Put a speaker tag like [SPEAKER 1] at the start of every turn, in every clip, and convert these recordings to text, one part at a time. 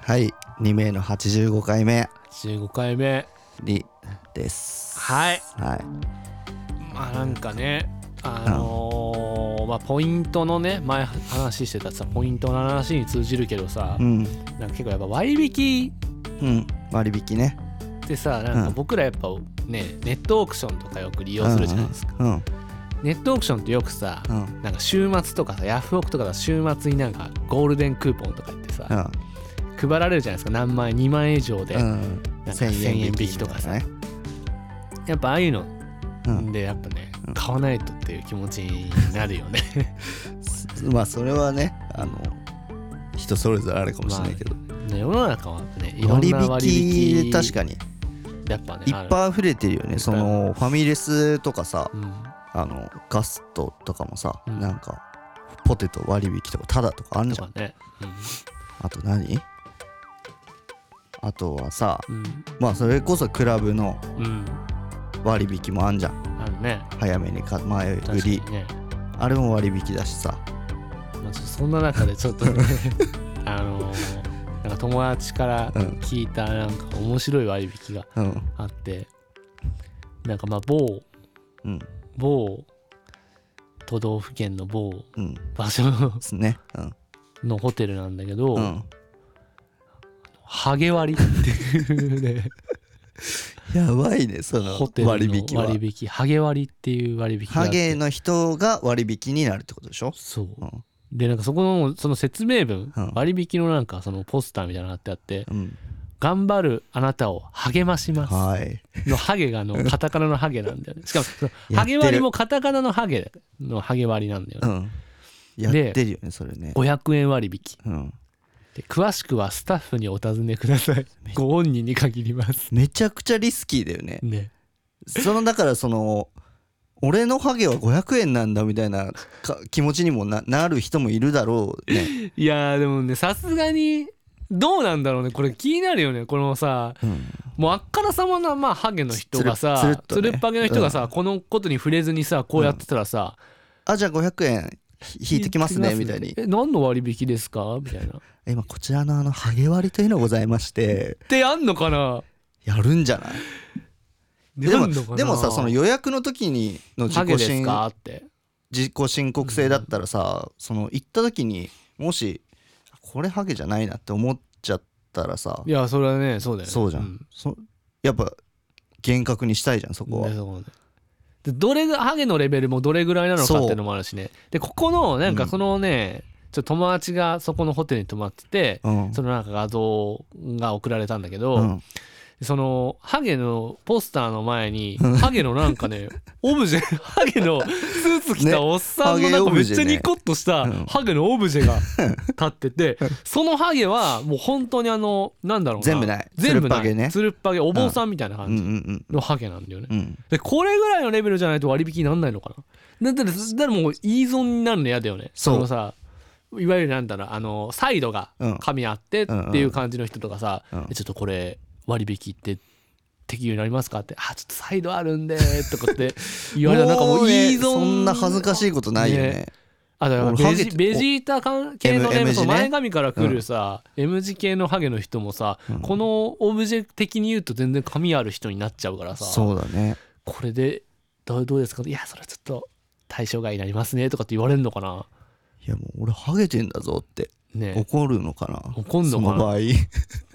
[SPEAKER 1] はい2名の85回目
[SPEAKER 2] 15回目
[SPEAKER 1] りです
[SPEAKER 2] はい
[SPEAKER 1] はい
[SPEAKER 2] まあなんかねあのーまあポイントのね前話してたさポイントの話に通じるけどさ、
[SPEAKER 1] うん
[SPEAKER 2] なんか結構やっぱ割引
[SPEAKER 1] うん割引ね
[SPEAKER 2] ってさなん
[SPEAKER 1] う
[SPEAKER 2] か
[SPEAKER 1] ん
[SPEAKER 2] 僕らやっぱねネットオークションとかよく利用するじゃないですか、
[SPEAKER 1] うん
[SPEAKER 2] ネットオークションってよくさ、
[SPEAKER 1] うんうん
[SPEAKER 2] なんか週末とかさヤフオクとかさ週末になんかゴールデンクーポンとか言ってさ、配られるじゃないですか何万円2万円以上で、
[SPEAKER 1] うんうん
[SPEAKER 2] なんか1000円引きとかさ
[SPEAKER 1] ね
[SPEAKER 2] やっぱああいうの
[SPEAKER 1] うん
[SPEAKER 2] でやっぱね、
[SPEAKER 1] うん
[SPEAKER 2] 買わないとっていう気持ちになるよね
[SPEAKER 1] まあそれはねあの人それぞれあるかもしれないけど
[SPEAKER 2] ね世の中はねいろん
[SPEAKER 1] 割
[SPEAKER 2] な割引
[SPEAKER 1] 引確かに
[SPEAKER 2] やっぱね
[SPEAKER 1] いっぱい溢れてるよ
[SPEAKER 2] あ
[SPEAKER 1] ね
[SPEAKER 2] る
[SPEAKER 1] そのファミレスとかさ
[SPEAKER 2] あるうん
[SPEAKER 1] あのガストとかもさ
[SPEAKER 2] うん
[SPEAKER 1] なんかポテト割引とかタダとかあるじ
[SPEAKER 2] と
[SPEAKER 1] ゃん
[SPEAKER 2] かね
[SPEAKER 1] あと何あとはさ
[SPEAKER 2] うん
[SPEAKER 1] まあそれこそクラブの
[SPEAKER 2] うん、うん、
[SPEAKER 1] 割引もあんじゃん
[SPEAKER 2] あるね
[SPEAKER 1] 早めにか前売
[SPEAKER 2] 確か
[SPEAKER 1] り
[SPEAKER 2] にね、
[SPEAKER 1] あれも割引だしさ
[SPEAKER 2] まあ、ちょっとそんな中でちょっとね あのーなんか友達から
[SPEAKER 1] うん
[SPEAKER 2] 聞いたなんか面白い割引が
[SPEAKER 1] うん
[SPEAKER 2] あってなんかまあ某
[SPEAKER 1] うん
[SPEAKER 2] 某都道府県の某
[SPEAKER 1] うんで
[SPEAKER 2] 場所の
[SPEAKER 1] すねうん
[SPEAKER 2] のホテルなんだけど、
[SPEAKER 1] うん
[SPEAKER 2] ハゲ割りっていうね
[SPEAKER 1] やばいねその
[SPEAKER 2] ホテルの
[SPEAKER 1] 割
[SPEAKER 2] 割
[SPEAKER 1] 引
[SPEAKER 2] 引
[SPEAKER 1] は
[SPEAKER 2] ハゲ割りっていう割引があっ
[SPEAKER 1] ハ
[SPEAKER 2] て
[SPEAKER 1] ゲの人が割引になるってことでしょ
[SPEAKER 2] そう
[SPEAKER 1] うん
[SPEAKER 2] でなんかそこのその説明文、
[SPEAKER 1] うん
[SPEAKER 2] 割引のなんかそのポスターみたいなのがあってあって
[SPEAKER 1] うん
[SPEAKER 2] 「頑張るあなたを励まします」
[SPEAKER 1] はい
[SPEAKER 2] のハゲがあのカタカナのハゲなんだよねしかもその
[SPEAKER 1] やっ
[SPEAKER 2] ハ
[SPEAKER 1] てる
[SPEAKER 2] ゲ割りもカタカナのハゲのハゲ割りなんだよ
[SPEAKER 1] う
[SPEAKER 2] ね、
[SPEAKER 1] んやってるよねそれね
[SPEAKER 2] 500円割引
[SPEAKER 1] うん
[SPEAKER 2] で詳しくはスタッフにお尋ねく ださいご本人に限ります
[SPEAKER 1] めちゃくちゃリスキーだよね
[SPEAKER 2] ね
[SPEAKER 1] そのだからその俺のハゲは500円なんだみたいなか気持ちにもななる人もいるだろうね、
[SPEAKER 2] いやーでもねさすがにどうなんだろうねこれ気になるよねこのさもうあっからさまな、まあ、ハゲの人がさ
[SPEAKER 1] つ
[SPEAKER 2] つ
[SPEAKER 1] るつるっと
[SPEAKER 2] る
[SPEAKER 1] ね
[SPEAKER 2] っぱげの人がさ、このことに触れずにさこうやってたらさ、
[SPEAKER 1] あじゃあ500円ひ引いてきますねみたいに
[SPEAKER 2] え何の割引です かみたいなっ
[SPEAKER 1] 今こちらのあのハゲ割りというのがございまして
[SPEAKER 2] てあんのかな
[SPEAKER 1] やるんじゃないで
[SPEAKER 2] あ
[SPEAKER 1] も
[SPEAKER 2] んのかな
[SPEAKER 1] でもさその予約の時にの自
[SPEAKER 2] ハゲ
[SPEAKER 1] 己
[SPEAKER 2] です
[SPEAKER 1] 申
[SPEAKER 2] かって
[SPEAKER 1] 自己申告制だったらさその行った時にもしこれハゲじゃないなって思っちゃったらさ
[SPEAKER 2] いやそれはねそうだよね
[SPEAKER 1] そうじゃん、そやっぱ厳格にしたいじゃんそこは
[SPEAKER 2] で。そうねでどれがハゲのレベルもどれぐらいなのかっていうのもあるしねでここのなん
[SPEAKER 1] う
[SPEAKER 2] か
[SPEAKER 1] ん
[SPEAKER 2] そのね、ちょっと友達がそこのホテルに泊まってて、
[SPEAKER 1] うん
[SPEAKER 2] そのなんか画像が送られたんだけど、
[SPEAKER 1] うん
[SPEAKER 2] そのハゲのポスターの前にハゲのなんか ねオブジェハゲのスーツ着
[SPEAKER 1] ね
[SPEAKER 2] たおっさんの
[SPEAKER 1] ハゲ
[SPEAKER 2] なん
[SPEAKER 1] オ
[SPEAKER 2] か
[SPEAKER 1] ブ
[SPEAKER 2] めっ
[SPEAKER 1] ジェ
[SPEAKER 2] ち
[SPEAKER 1] ね
[SPEAKER 2] ゃニコッとした
[SPEAKER 1] うん
[SPEAKER 2] ハゲのオブジ ェが立っててそのハゲはもう本当にあのなんだろうな
[SPEAKER 1] 全部ない
[SPEAKER 2] 全部
[SPEAKER 1] つるっぱげね
[SPEAKER 2] つるっぱげお坊さんみたいな
[SPEAKER 1] うんう
[SPEAKER 2] 感じ
[SPEAKER 1] ん
[SPEAKER 2] のハゲなんだよね
[SPEAKER 1] うんうん
[SPEAKER 2] でこれぐらいのレベルじゃないと割引になんないのかなだってだからもう依存になるの嫌だよね
[SPEAKER 1] そう
[SPEAKER 2] のさいわゆるなんだろうあのサイドが
[SPEAKER 1] うん
[SPEAKER 2] 紙あってっていう感じの人とかさ、
[SPEAKER 1] うん
[SPEAKER 2] えちょっとこれ割引って適用になりますかってあちょっとサイドあるんでとかって 言われたらなんかもう
[SPEAKER 1] ね
[SPEAKER 2] 依存
[SPEAKER 1] そんな恥ずかしいことないよね
[SPEAKER 2] ねあだから
[SPEAKER 1] 俺ハ
[SPEAKER 2] ベ
[SPEAKER 1] ゲ
[SPEAKER 2] ジ
[SPEAKER 1] て
[SPEAKER 2] ベジータ関係の
[SPEAKER 1] M-
[SPEAKER 2] ね
[SPEAKER 1] M
[SPEAKER 2] そう
[SPEAKER 1] 字ね
[SPEAKER 2] 前髪から来るさ、M 字系のハゲの人もさ、このオブジェ的に言うと全然髪ある人になっちゃうからさ
[SPEAKER 1] そうだね
[SPEAKER 2] これでどうどうですかいやそれはちょっと対象外になりますねとかって言われるのかない
[SPEAKER 1] やもう俺ハゲてんだぞって
[SPEAKER 2] ね
[SPEAKER 1] 怒るのかな
[SPEAKER 2] 怒んのかな
[SPEAKER 1] その場合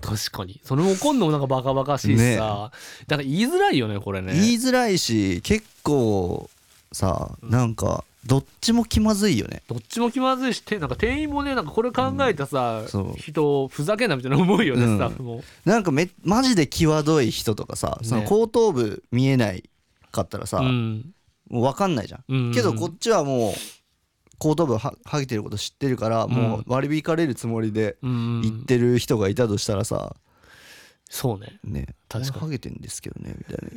[SPEAKER 2] 確かにそれも怒んのもなんかバカバカしいしさ、だから言いづらいよねこれね
[SPEAKER 1] 言いづらいし結構さなんかどっちも気まずいよね
[SPEAKER 2] どっちも気まずいしてなんか店員もねなんかこれ考えたさ
[SPEAKER 1] ん、そう
[SPEAKER 2] 人ふざけんなみたいな思うよね、
[SPEAKER 1] うん
[SPEAKER 2] スタッフも
[SPEAKER 1] なんかめマジで際どい人とかさその
[SPEAKER 2] ね
[SPEAKER 1] 後頭部見えないかったらさ、
[SPEAKER 2] うん
[SPEAKER 1] もう分かんないじゃん、
[SPEAKER 2] うん
[SPEAKER 1] けどこっちはもう後頭部はハゲてること知ってるから、もう割り引かれるつもりで
[SPEAKER 2] うん
[SPEAKER 1] 行ってる人がいたとしたらさ、
[SPEAKER 2] そうね
[SPEAKER 1] ね
[SPEAKER 2] 確かに
[SPEAKER 1] 俺ハゲてんですけどねみたい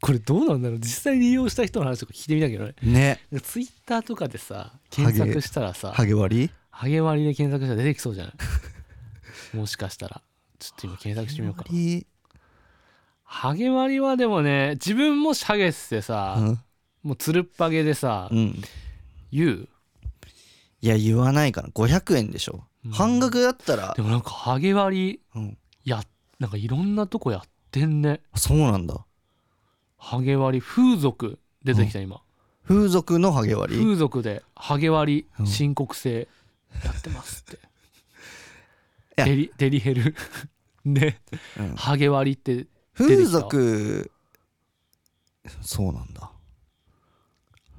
[SPEAKER 2] これどうなんだろう実際に利用した人の話とか聞いてみたいけどね
[SPEAKER 1] なね
[SPEAKER 2] ツイッターとかでさ
[SPEAKER 1] ハゲ
[SPEAKER 2] 検索したらさ
[SPEAKER 1] ハゲ割り
[SPEAKER 2] ハゲ割りで検索したら出てきそうじゃない もしかしたらちょっと今検索してみようかな
[SPEAKER 1] 割り
[SPEAKER 2] ハゲ割りはでもね自分もしハゲってさ、
[SPEAKER 1] うん
[SPEAKER 2] もうつるっぱげでさ、
[SPEAKER 1] うん
[SPEAKER 2] 言う
[SPEAKER 1] いや言わないかな500円でしょ、
[SPEAKER 2] うん
[SPEAKER 1] 半額だったら
[SPEAKER 2] で、もなんかハゲ割
[SPEAKER 1] うん、
[SPEAKER 2] りやなんかいろんなとこやってんね
[SPEAKER 1] そうなんだ
[SPEAKER 2] ハゲ割り風俗出てきた今、
[SPEAKER 1] 風俗のハゲ割り
[SPEAKER 2] 風俗でハゲ割
[SPEAKER 1] うん
[SPEAKER 2] り申告制やってます って
[SPEAKER 1] や
[SPEAKER 2] デリデリヘル で
[SPEAKER 1] うん
[SPEAKER 2] ハゲ割りって出て
[SPEAKER 1] 風
[SPEAKER 2] きた
[SPEAKER 1] 俗そうなんだ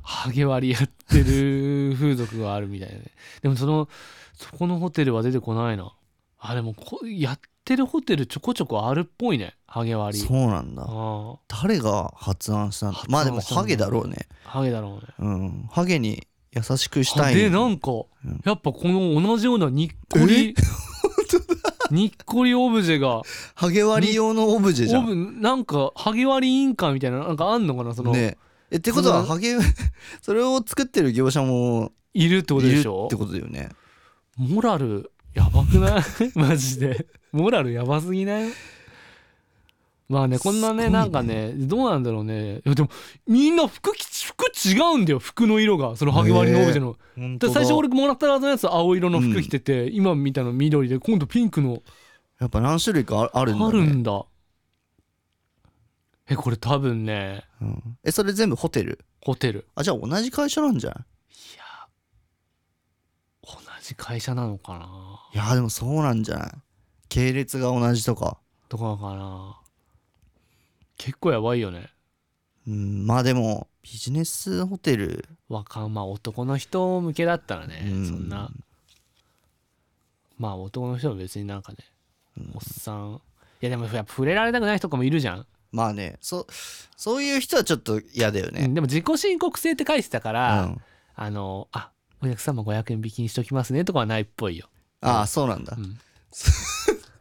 [SPEAKER 2] ハゲ割りやってる風俗があるみたいなね でもそのそこのホテルは出てこないなあでもこやってるホテルちょこちょこあるっぽいねハゲ割り
[SPEAKER 1] そうなんだ
[SPEAKER 2] あ
[SPEAKER 1] 誰が発案したんだまあでも
[SPEAKER 2] 発案した
[SPEAKER 1] ハ
[SPEAKER 2] ん
[SPEAKER 1] ゲだろ
[SPEAKER 2] だ
[SPEAKER 1] うね
[SPEAKER 2] あハゲだろうね
[SPEAKER 1] うんハゲに優しくした
[SPEAKER 2] あ
[SPEAKER 1] い
[SPEAKER 2] でなんか、
[SPEAKER 1] ん
[SPEAKER 2] やっぱこの同じようなにっこ りにっこりオブジェが
[SPEAKER 1] ハゲ割り用のオブジェじゃ
[SPEAKER 2] オ
[SPEAKER 1] ん
[SPEAKER 2] ブなんかハゲ割り委員会みたいななんかあんのかなその、
[SPEAKER 1] ねえってことは
[SPEAKER 2] その
[SPEAKER 1] ハゲ それを作ってる業者も
[SPEAKER 2] いるってこと
[SPEAKER 1] いる
[SPEAKER 2] で
[SPEAKER 1] って
[SPEAKER 2] しょ
[SPEAKER 1] ことだよね
[SPEAKER 2] モラルやばくない マジでモラルやばすぎないまあねこんなね
[SPEAKER 1] すごいね
[SPEAKER 2] なんかねどうなんだろうねいやでもみんな服着服違うんだよ服の色がそのハゲ割りのオブジェの、
[SPEAKER 1] 本当
[SPEAKER 2] で
[SPEAKER 1] だ
[SPEAKER 2] 最初俺もらったはずのやつは青色の服着てて、今見たの緑で今度ピンクの
[SPEAKER 1] やっぱ何種類かああるんだ
[SPEAKER 2] ある
[SPEAKER 1] ね
[SPEAKER 2] んだえこれ多分ね
[SPEAKER 1] うんえそれ全部ホテル
[SPEAKER 2] ホテル
[SPEAKER 1] あじゃあ同じ会社なんじゃない
[SPEAKER 2] いや同じ会社なのかない
[SPEAKER 1] やでもそうなんじゃない系列が同じとか
[SPEAKER 2] とかかな結構やばいよね
[SPEAKER 1] うんまあでもビジネスホテル
[SPEAKER 2] 若まあ男の人向けだったらね、
[SPEAKER 1] うん
[SPEAKER 2] そんなまあ男の人は別になんかね、おっさんいやでもやっぱ触れられたくない人とかもいるじゃん、
[SPEAKER 1] まあねそそういう人はちょっと嫌だよ
[SPEAKER 2] う
[SPEAKER 1] ね
[SPEAKER 2] んでも自己申告制って書いてたか
[SPEAKER 1] う
[SPEAKER 2] ら、
[SPEAKER 1] ん
[SPEAKER 2] あのあお客様500円引きにしときますねとかはないっぽいよ
[SPEAKER 1] ああそうなんだ
[SPEAKER 2] うん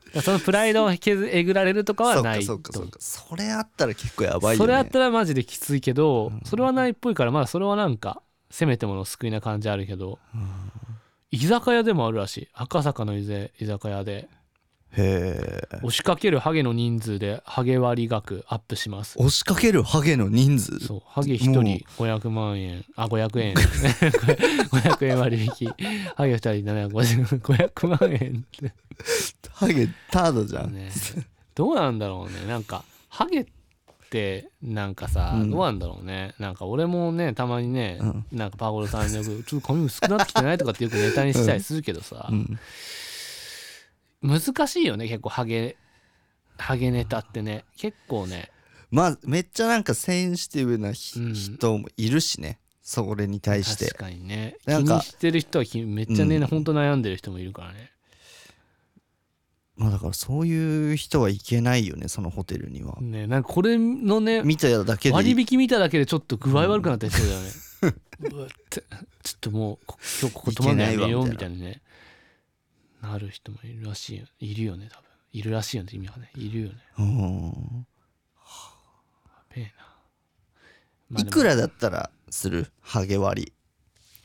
[SPEAKER 2] だからそのプライドを削えぐられるとか
[SPEAKER 1] そ
[SPEAKER 2] は
[SPEAKER 1] っ
[SPEAKER 2] な
[SPEAKER 1] か
[SPEAKER 2] い
[SPEAKER 1] そ
[SPEAKER 2] と
[SPEAKER 1] っかそっかそれあったら結構やばいよね
[SPEAKER 2] それあったらマジできついけど、それはないっぽいからまだそれはなんかせめてもの救いな感じあるけど、居酒屋でもあるらしい赤坂の居酒居酒屋で
[SPEAKER 1] へえ
[SPEAKER 2] 押しかけるハゲの人数でハゲ割り額アップします
[SPEAKER 1] 押しかけるハゲの人数
[SPEAKER 2] そうハゲ1人500万円あ500円 500円割引ハゲ2人750 500万円って
[SPEAKER 1] ハゲタードじゃん、
[SPEAKER 2] ね どうなんだろうねなんかハゲってなんかさ、
[SPEAKER 1] うん
[SPEAKER 2] どうなんだろうねなんか俺もねたまにね、
[SPEAKER 1] うん
[SPEAKER 2] なんかパゴロさんによく「ちょっと髪薄くなってきてない?」とかってよくネタにしたりするけどさ、
[SPEAKER 1] うん、
[SPEAKER 2] 難しいよね結構ハゲハゲネタってね結構ね
[SPEAKER 1] まあめっちゃなんかセンシティブなひ、
[SPEAKER 2] うん
[SPEAKER 1] 人もいるしねそれに対して
[SPEAKER 2] 確かにね気
[SPEAKER 1] なんか
[SPEAKER 2] にしてる人はきめっちゃね、
[SPEAKER 1] うん
[SPEAKER 2] ほんと悩んでる人もいるからね
[SPEAKER 1] まあだからそういう人はいけないよねそのホテルには、
[SPEAKER 2] ねなんかこれのね
[SPEAKER 1] 見ただけで
[SPEAKER 2] 割引見ただけでちょっと具合悪くなったりそうだよ ね。うわってちょっともうこ今日ここ泊まんのやめよ
[SPEAKER 1] い
[SPEAKER 2] う
[SPEAKER 1] け
[SPEAKER 2] みたいなね。なる人もいるらしいよ。いるよね多分。いるらしいよね意味はね。いるよね。
[SPEAKER 1] うん
[SPEAKER 2] やべえな。まあ
[SPEAKER 1] い
[SPEAKER 2] でも
[SPEAKER 1] くらだったらするハゲ割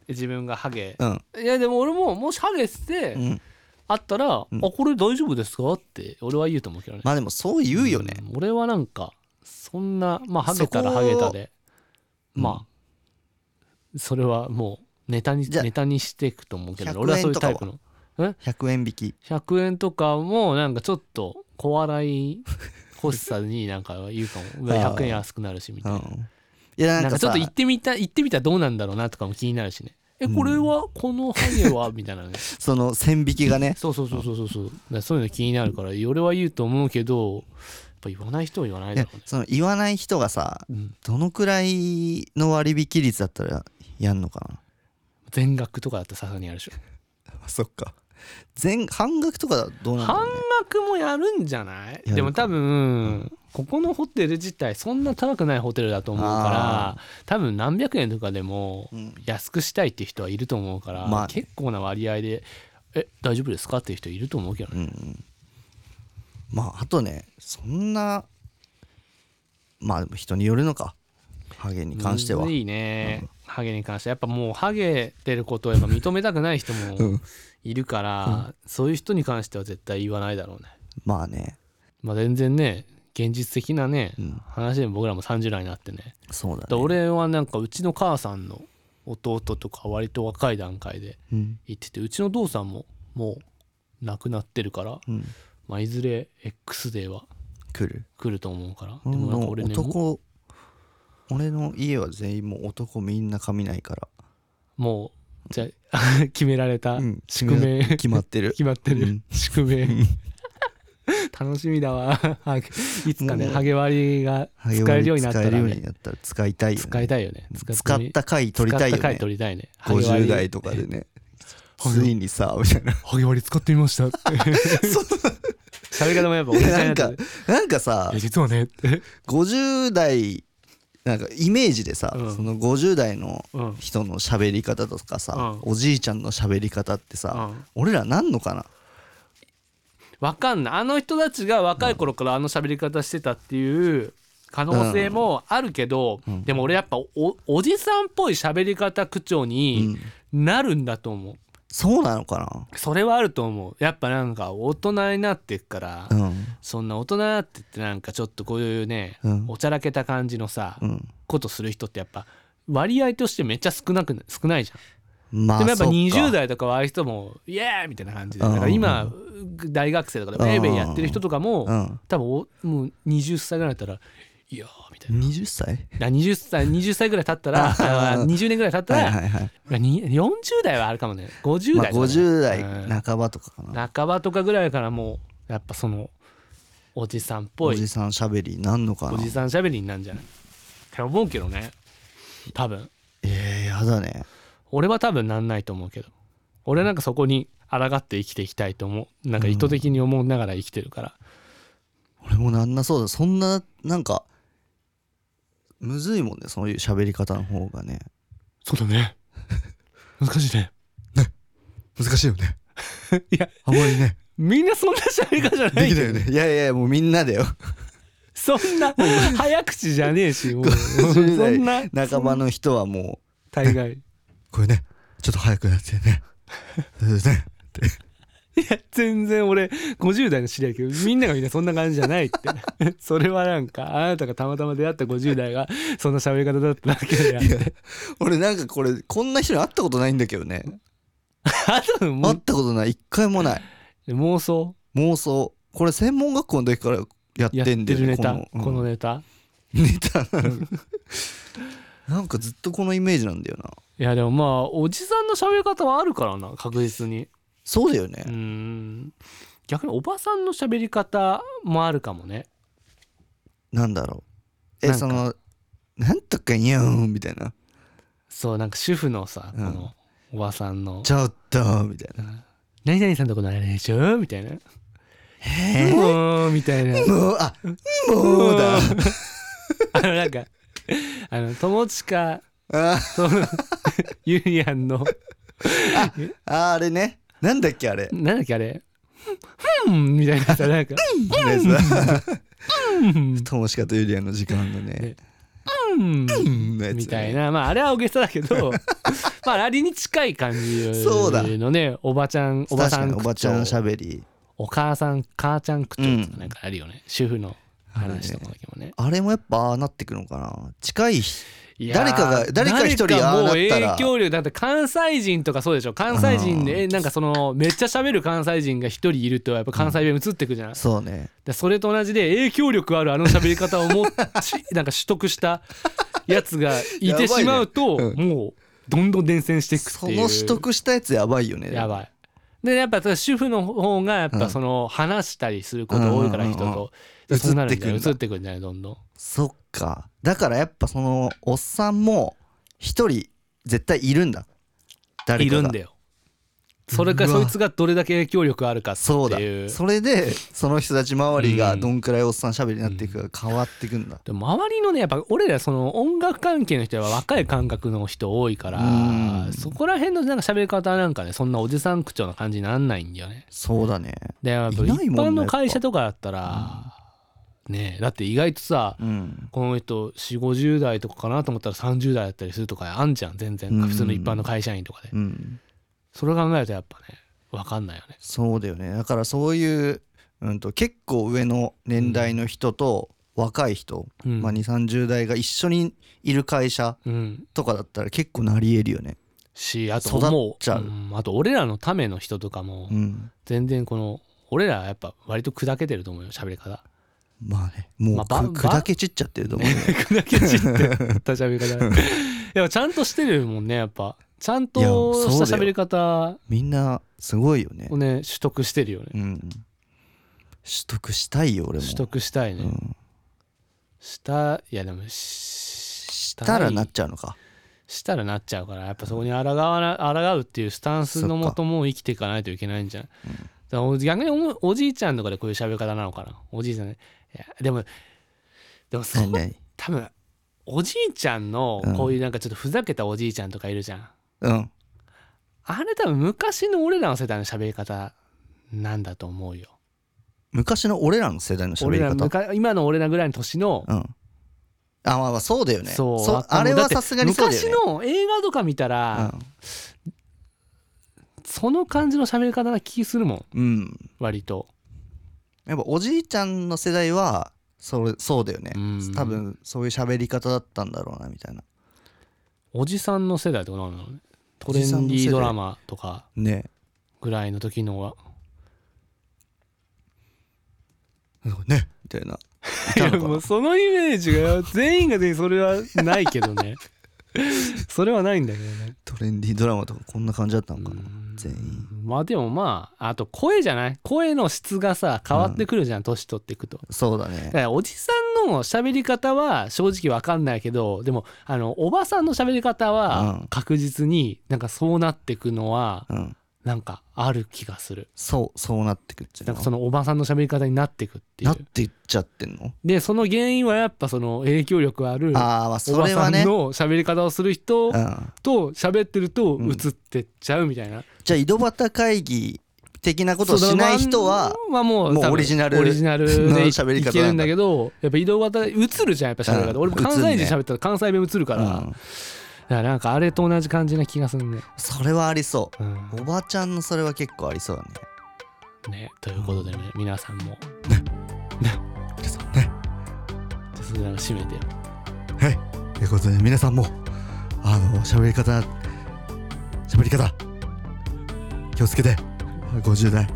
[SPEAKER 2] 自分がハゲ。
[SPEAKER 1] りうん、
[SPEAKER 2] いやでも俺ももしハゲして
[SPEAKER 1] うん、
[SPEAKER 2] あったら、あこれ大丈夫ですかって俺は言うと思うけどね。
[SPEAKER 1] まあでもそう言うよね、
[SPEAKER 2] うん俺はなんかそんなまあハゲたらハゲたでまあそれはもうネタに
[SPEAKER 1] じゃあ
[SPEAKER 2] ネタにしていくと思うけど
[SPEAKER 1] 100
[SPEAKER 2] 俺はそういうタイプの
[SPEAKER 1] 100円引き
[SPEAKER 2] 100円とかもなんかちょっと小笑 い欲しさになんか言うかもうわ100円安くなるしみ
[SPEAKER 1] う
[SPEAKER 2] たいな。
[SPEAKER 1] んいや
[SPEAKER 2] な
[SPEAKER 1] なんん
[SPEAKER 2] か
[SPEAKER 1] か
[SPEAKER 2] ちょ
[SPEAKER 1] さ
[SPEAKER 2] っと行ってみた行ってみたらどうなんだろうなとかも気になるしね。えこれはこのハゲはみたいなね。
[SPEAKER 1] その線引きがね
[SPEAKER 2] そうそうそうそうそうそう。だからそういうの気になるから俺は言うと思うけどやっぱ言わない人は言わない
[SPEAKER 1] い
[SPEAKER 2] だ
[SPEAKER 1] や
[SPEAKER 2] ろうね。
[SPEAKER 1] その言わない人がさ
[SPEAKER 2] うん
[SPEAKER 1] どのくらいの割引率だったらやんのか
[SPEAKER 2] 全額とかだったらさすがにやるでしょ
[SPEAKER 1] なそっか全半額とかだとどうなんだろ
[SPEAKER 2] 半
[SPEAKER 1] うね
[SPEAKER 2] 額もやるんじゃな
[SPEAKER 1] や
[SPEAKER 2] い
[SPEAKER 1] るか
[SPEAKER 2] でも多分、ここのホテル自体そんな高くないホテルだと思うから多分何百円とかでも
[SPEAKER 1] うん
[SPEAKER 2] 安くしたいって人はいると思うから、
[SPEAKER 1] まあね
[SPEAKER 2] 結構な割合で「え大丈夫ですか?」っていう人いると思うけどね、
[SPEAKER 1] まああとねそんなまあでも人によるのかハゲに関しては
[SPEAKER 2] むずいね、ハゲに関してはやっぱもうハゲてることをやっぱ認めたくない 人
[SPEAKER 1] う
[SPEAKER 2] も
[SPEAKER 1] ん
[SPEAKER 2] いるから、そういう人に関しては絶対言わないだろうね
[SPEAKER 1] まあね
[SPEAKER 2] まあ全然ね現実的なね、
[SPEAKER 1] ん
[SPEAKER 2] 話でも僕らも30代になってね
[SPEAKER 1] そうだ
[SPEAKER 2] だ
[SPEAKER 1] ね
[SPEAKER 2] 俺はなんかうちの母さんの弟とか割と若い段階で
[SPEAKER 1] うん
[SPEAKER 2] 行っててうちの父さんももうなくなってるから、
[SPEAKER 1] うん、
[SPEAKER 2] まあ、いずれ X デーは
[SPEAKER 1] 来る
[SPEAKER 2] 来ると思うから、でもなんか
[SPEAKER 1] もう
[SPEAKER 2] 俺ねも
[SPEAKER 1] 男俺の家は全員もう男みんな髪ないから
[SPEAKER 2] もうじゃあ 決められた、
[SPEAKER 1] うん
[SPEAKER 2] 宿命
[SPEAKER 1] 決まってる
[SPEAKER 2] 決まってる、
[SPEAKER 1] うん
[SPEAKER 2] 宿命楽しみだわいつかね
[SPEAKER 1] もう
[SPEAKER 2] ハゲ割りが使えるようになったら、
[SPEAKER 1] 使えるように
[SPEAKER 2] ね、
[SPEAKER 1] なったら使いたいよね
[SPEAKER 2] 使いたいよね
[SPEAKER 1] 使った回取りたいよ
[SPEAKER 2] 使った回
[SPEAKER 1] ね
[SPEAKER 2] 取りたいねハゲ割
[SPEAKER 1] 50
[SPEAKER 2] り
[SPEAKER 1] 代とかでね
[SPEAKER 2] ハゲ
[SPEAKER 1] ついにさみた いな
[SPEAKER 2] ハゲ割り使ってみま したって喋り方もやっぱおじさん
[SPEAKER 1] な
[SPEAKER 2] や
[SPEAKER 1] ん
[SPEAKER 2] った
[SPEAKER 1] か
[SPEAKER 2] ね
[SPEAKER 1] なんかさ
[SPEAKER 2] いや実はねって
[SPEAKER 1] 50代なんかイメージでさ、
[SPEAKER 2] うん
[SPEAKER 1] その50代の
[SPEAKER 2] うんうん
[SPEAKER 1] 人の喋り方とかさ、
[SPEAKER 2] う
[SPEAKER 1] おじいちゃんの喋り方ってさ、俺らなんのかな
[SPEAKER 2] わかんないあの人たちが若い頃からあの喋り方してたっていう可能性もあるけど、
[SPEAKER 1] うん
[SPEAKER 2] でも俺やっぱおおじさんっぽい喋り方口調になるんだと思う、
[SPEAKER 1] そうなのか
[SPEAKER 2] それはあると思うやっぱなんか大人になってっから、
[SPEAKER 1] なうん
[SPEAKER 2] そんな大人になってってなんかちょっとこういうね、
[SPEAKER 1] うん
[SPEAKER 2] おちゃらけた感じのさ、
[SPEAKER 1] うん
[SPEAKER 2] ことする人ってやっぱ割合としてめっちゃ少なくな少ないじゃん
[SPEAKER 1] まあ
[SPEAKER 2] でもやっぱ
[SPEAKER 1] そか
[SPEAKER 2] 20代とかはああいう人もイエーイみたいな感じで
[SPEAKER 1] うん
[SPEAKER 2] だから今大学生とかでベイベイやってる人とかも
[SPEAKER 1] うん
[SPEAKER 2] 多分おもう20歳ぐらいだったら「いやー」みたいな。
[SPEAKER 1] 20歳
[SPEAKER 2] だから20歳20歳ぐらい経ったらあー20年ぐらい経った
[SPEAKER 1] はい
[SPEAKER 2] ら
[SPEAKER 1] はいはい、
[SPEAKER 2] に40代はあるかもね50
[SPEAKER 1] まあ、
[SPEAKER 2] 代とかね
[SPEAKER 1] 50代
[SPEAKER 2] うん
[SPEAKER 1] 半ばとかかな、
[SPEAKER 2] 半ばとかぐらいからもうやっぱそのおじさんっぽ
[SPEAKER 1] お
[SPEAKER 2] い
[SPEAKER 1] じさん喋りなんのか
[SPEAKER 2] お
[SPEAKER 1] な
[SPEAKER 2] じさんしゃべりになんじゃないって思うけどね多分
[SPEAKER 1] えー、やだね
[SPEAKER 2] 俺は多分なんないと思うけど俺なんかそこに抗って生きていきたいと思うなんか意図的に思いながら生きてるから、
[SPEAKER 1] 俺もなんなそうだそんななんかむずいもんねそういう喋り方の方がね
[SPEAKER 2] そうだ ね難しいね
[SPEAKER 1] 難 しいよね
[SPEAKER 2] いや
[SPEAKER 1] あんまり ね
[SPEAKER 2] みんなそんな喋り方じゃないけど
[SPEAKER 1] ねいやいやもうみんな だよ
[SPEAKER 2] そんな早口じゃねえしもうそ
[SPEAKER 1] 50代
[SPEAKER 2] んな
[SPEAKER 1] 半ばの人はも
[SPEAKER 2] 大概いう
[SPEAKER 1] これねちょっと早くなって ねそうですね
[SPEAKER 2] や全然俺50代の知り合いだけどみんながみんなそんな感じじゃないって それはなんかあなたがたまたま出会った50代がそんな喋り方だっただけであっ
[SPEAKER 1] い
[SPEAKER 2] て
[SPEAKER 1] や俺なんかこれこんな人に会ったことないんだけどね
[SPEAKER 2] あとも
[SPEAKER 1] 会っ
[SPEAKER 2] う
[SPEAKER 1] たことない一回もない
[SPEAKER 2] 妄想
[SPEAKER 1] 妄想これ専門学校の時からやっ
[SPEAKER 2] やってて
[SPEAKER 1] んだよ
[SPEAKER 2] る
[SPEAKER 1] ね
[SPEAKER 2] ネタこ
[SPEAKER 1] うん
[SPEAKER 2] のネタ、
[SPEAKER 1] ネタ なのなんかずっとこのイメージなんだよない
[SPEAKER 2] やでもまあおじさんの喋り方はあるからな確実に
[SPEAKER 1] そうだよ
[SPEAKER 2] うー
[SPEAKER 1] ね
[SPEAKER 2] ん逆におばさんの喋り方もあるかもね
[SPEAKER 1] なんだろう
[SPEAKER 2] な
[SPEAKER 1] え
[SPEAKER 2] んか
[SPEAKER 1] そのなんとかにゃんみたいな
[SPEAKER 2] そうなんか主婦のさ、
[SPEAKER 1] うん
[SPEAKER 2] このおばさんの
[SPEAKER 1] ちょっとみたいな
[SPEAKER 2] 「何々さんとこのあれでしょ?」みたいな「
[SPEAKER 1] え
[SPEAKER 2] うーん」みたいな
[SPEAKER 1] もうあもうだ
[SPEAKER 2] あのなんかあの友近
[SPEAKER 1] あ
[SPEAKER 2] とゆりやんの
[SPEAKER 1] ああれねなんだっけあれ
[SPEAKER 2] なんだっけあれ「ふん」ふんみたいなさなんか「うん」
[SPEAKER 1] ともしかとゆりやんの時間のね
[SPEAKER 2] うん
[SPEAKER 1] うんのやつね
[SPEAKER 2] みたいなまああれは大げさだ けど まああれに近い感じ
[SPEAKER 1] そうだ
[SPEAKER 2] のねおばちゃんおば
[SPEAKER 1] 確
[SPEAKER 2] さ
[SPEAKER 1] か
[SPEAKER 2] ん
[SPEAKER 1] におばちゃんしゃ
[SPEAKER 2] 口調
[SPEAKER 1] べり
[SPEAKER 2] お母さん母ちゃん口調と
[SPEAKER 1] う
[SPEAKER 2] か
[SPEAKER 1] ん
[SPEAKER 2] なんかあるよね、主婦の話とかだけもね
[SPEAKER 1] あれもやっぱああなってくるのかな近い人
[SPEAKER 2] いやー
[SPEAKER 1] 誰かが誰か一人ああなったら
[SPEAKER 2] 誰かもう影響力だって関西人とかそうでしょ関西人でえなんかそのめっちゃ喋る関西人が一人いるとやっぱ関西弁移ってくじゃん、だか
[SPEAKER 1] そうね
[SPEAKER 2] らそれと同じで影響力あるあの喋り方をもし なんか取得したやつがいてしまうと、
[SPEAKER 1] やばい
[SPEAKER 2] もうどんどん伝染していくって
[SPEAKER 1] そ
[SPEAKER 2] いう
[SPEAKER 1] の取得したやつやばいよね
[SPEAKER 2] やばい。でやっぱ主婦の方がやっ
[SPEAKER 1] う
[SPEAKER 2] ぱ
[SPEAKER 1] ん
[SPEAKER 2] その話したりすること多いから
[SPEAKER 1] うんうん
[SPEAKER 2] 人
[SPEAKER 1] うんうん
[SPEAKER 2] と
[SPEAKER 1] 移ってくんだ
[SPEAKER 2] そうなるんだよ移ってくんじゃないどんどん
[SPEAKER 1] そっかだからやっぱそのおっさんも一人絶対いるんだ誰
[SPEAKER 2] い
[SPEAKER 1] かが
[SPEAKER 2] るんだよそれか
[SPEAKER 1] うわ
[SPEAKER 2] そいつがどれだけ影響力あるかって
[SPEAKER 1] そうだ
[SPEAKER 2] いう
[SPEAKER 1] それでその人たち周りが
[SPEAKER 2] うん
[SPEAKER 1] どんくらいおっさん喋りになっていくか変わっていくんだ、
[SPEAKER 2] でも周りのねやっぱ俺らその音楽関係の人は若い感覚の人多いか
[SPEAKER 1] う
[SPEAKER 2] ら
[SPEAKER 1] ん
[SPEAKER 2] そこら辺のなんか喋り方なんかねそんなおじさん口調な感じになんないんだよね
[SPEAKER 1] そうだね
[SPEAKER 2] でやっぱ
[SPEAKER 1] い
[SPEAKER 2] 一
[SPEAKER 1] ないもんね
[SPEAKER 2] 般の会社とかだったらねえだって意外とさ
[SPEAKER 1] うん
[SPEAKER 2] この人4 5 0代とかかなと思ったら30代だったりするとかあんじゃん全然
[SPEAKER 1] うん
[SPEAKER 2] 普通の一般の会社員とかで
[SPEAKER 1] うん
[SPEAKER 2] それ考えるとやっぱね分かんないよね
[SPEAKER 1] そうだよねだからそういう、うん、と結構上の年代の人と若い人、
[SPEAKER 2] うん、
[SPEAKER 1] まあ、2 3 0代が一緒にいる会社
[SPEAKER 2] うん、
[SPEAKER 1] とかだったら結構なりえるよね
[SPEAKER 2] しあと
[SPEAKER 1] 育っ
[SPEAKER 2] 思う
[SPEAKER 1] ちゃうん
[SPEAKER 2] あと俺らのための人とかも
[SPEAKER 1] うん
[SPEAKER 2] 全然この俺らはやっぱ割と砕けてると思うよ喋り 方
[SPEAKER 1] まあねも
[SPEAKER 2] まあ
[SPEAKER 1] うく、
[SPEAKER 2] ばば
[SPEAKER 1] 砕け散っちゃってると思うよ
[SPEAKER 2] 砕け散った喋り方ねやっぱちゃんとしてるもんねやっぱちゃん
[SPEAKER 1] いや
[SPEAKER 2] とし
[SPEAKER 1] そ
[SPEAKER 2] た
[SPEAKER 1] うだよ
[SPEAKER 2] 喋り方
[SPEAKER 1] みんなすごいよね
[SPEAKER 2] をね取得してるよね
[SPEAKER 1] うん取得したいよ俺も
[SPEAKER 2] 取得したいね、
[SPEAKER 1] うん
[SPEAKER 2] したいやでもし
[SPEAKER 1] し
[SPEAKER 2] した
[SPEAKER 1] たら
[SPEAKER 2] い
[SPEAKER 1] なっちゃうのか
[SPEAKER 2] したらなっちゃうからやっぱそこに抗わな抗うっていうスタンスのもともう生きていかないといけないんじゃない、だからお逆におもおじいちゃんとかでこういう喋り方なのかなおじいちゃんねいやでもでもそう
[SPEAKER 1] 何々
[SPEAKER 2] 多分おじいちゃんの
[SPEAKER 1] うん
[SPEAKER 2] こういうなんかちょっとふざけたおじいちゃんとかいるじゃん
[SPEAKER 1] うん
[SPEAKER 2] あれ多分昔の俺らの世代の喋り方なんだと思うよ
[SPEAKER 1] 昔の俺らの世代の喋
[SPEAKER 2] 俺
[SPEAKER 1] り
[SPEAKER 2] ら
[SPEAKER 1] 方
[SPEAKER 2] むか今の俺らぐらいの年の
[SPEAKER 1] うんあまあまあそうだよね
[SPEAKER 2] そう若
[SPEAKER 1] あ
[SPEAKER 2] 者
[SPEAKER 1] れ
[SPEAKER 2] だっ
[SPEAKER 1] は
[SPEAKER 2] て
[SPEAKER 1] さすがにそうだよね
[SPEAKER 2] 昔の映画とか見たら、その感じの喋り方な気するもん
[SPEAKER 1] うん、うん
[SPEAKER 2] 割と
[SPEAKER 1] やっぱおじいちゃんの世代はそれそうだよね
[SPEAKER 2] うん
[SPEAKER 1] 多分そういう喋り方だったんだろうなみたいな
[SPEAKER 2] おじさんの世代ってことなんだろうねト
[SPEAKER 1] お
[SPEAKER 2] レ
[SPEAKER 1] じさん
[SPEAKER 2] ン
[SPEAKER 1] の
[SPEAKER 2] デ
[SPEAKER 1] 世
[SPEAKER 2] ィ
[SPEAKER 1] 代
[SPEAKER 2] ードラマとか
[SPEAKER 1] ね
[SPEAKER 2] ぐらいの時のは
[SPEAKER 1] ねみたいないい
[SPEAKER 2] や
[SPEAKER 1] たのか
[SPEAKER 2] も
[SPEAKER 1] な
[SPEAKER 2] うそのイメージが全員が全員それはないけど ねそれはないんだけどね
[SPEAKER 1] トレンディードラマとかこんな感じだったのかな全員
[SPEAKER 2] まあでもまああと声じゃない声の質がさ変わってくるじゃん年取っていくと
[SPEAKER 1] そうだ
[SPEAKER 2] だ
[SPEAKER 1] ね
[SPEAKER 2] からおじさんの喋り方は正直わかんないけどでもあのおばさんの喋り方
[SPEAKER 1] う
[SPEAKER 2] は
[SPEAKER 1] ん
[SPEAKER 2] 確実になんかそうなってくのは
[SPEAKER 1] うん
[SPEAKER 2] なんかある気がする
[SPEAKER 1] そうそうなってくっていう
[SPEAKER 2] なん
[SPEAKER 1] の
[SPEAKER 2] かそのおばさんの喋り方になってくってい
[SPEAKER 1] なっ
[SPEAKER 2] う
[SPEAKER 1] ていっちゃってんの
[SPEAKER 2] でその原因はやっぱその影響力あるおば
[SPEAKER 1] ああまあそれ
[SPEAKER 2] さ
[SPEAKER 1] は
[SPEAKER 2] ん
[SPEAKER 1] ね
[SPEAKER 2] の喋り方をする
[SPEAKER 1] う
[SPEAKER 2] 人
[SPEAKER 1] ん
[SPEAKER 2] と喋ってると
[SPEAKER 1] うん
[SPEAKER 2] 映ってっちゃうみたいな
[SPEAKER 1] じゃあ井戸端会議的なこと
[SPEAKER 2] そう
[SPEAKER 1] を
[SPEAKER 2] だ
[SPEAKER 1] し
[SPEAKER 2] から
[SPEAKER 1] ない人は
[SPEAKER 2] まあもう
[SPEAKER 1] もう
[SPEAKER 2] 多分
[SPEAKER 1] オリジナル
[SPEAKER 2] オリジナルで
[SPEAKER 1] の
[SPEAKER 2] い
[SPEAKER 1] 喋り方なんだ
[SPEAKER 2] けるんだけどやっぱ移動型映るじゃんやっぱ喋り方
[SPEAKER 1] うん
[SPEAKER 2] 俺も関西
[SPEAKER 1] 映る
[SPEAKER 2] 人
[SPEAKER 1] ね
[SPEAKER 2] 喋ったら関西弁映るからだ
[SPEAKER 1] うん
[SPEAKER 2] からなんかあれと同じ感じな気がするね
[SPEAKER 1] それはありそううんおばちゃんのそれは結構ありそうだね
[SPEAKER 2] ねということでね皆さんも
[SPEAKER 1] 皆さんね
[SPEAKER 2] ちょっとそれを締めて
[SPEAKER 1] はいということで皆さんもあの喋り方喋り方気をつけて50代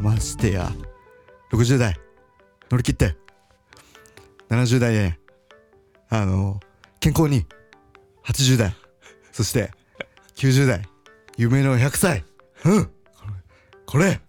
[SPEAKER 1] ましてや60代乗り切って70代へあの健康に80代そして90代夢の100歳うんこれこれ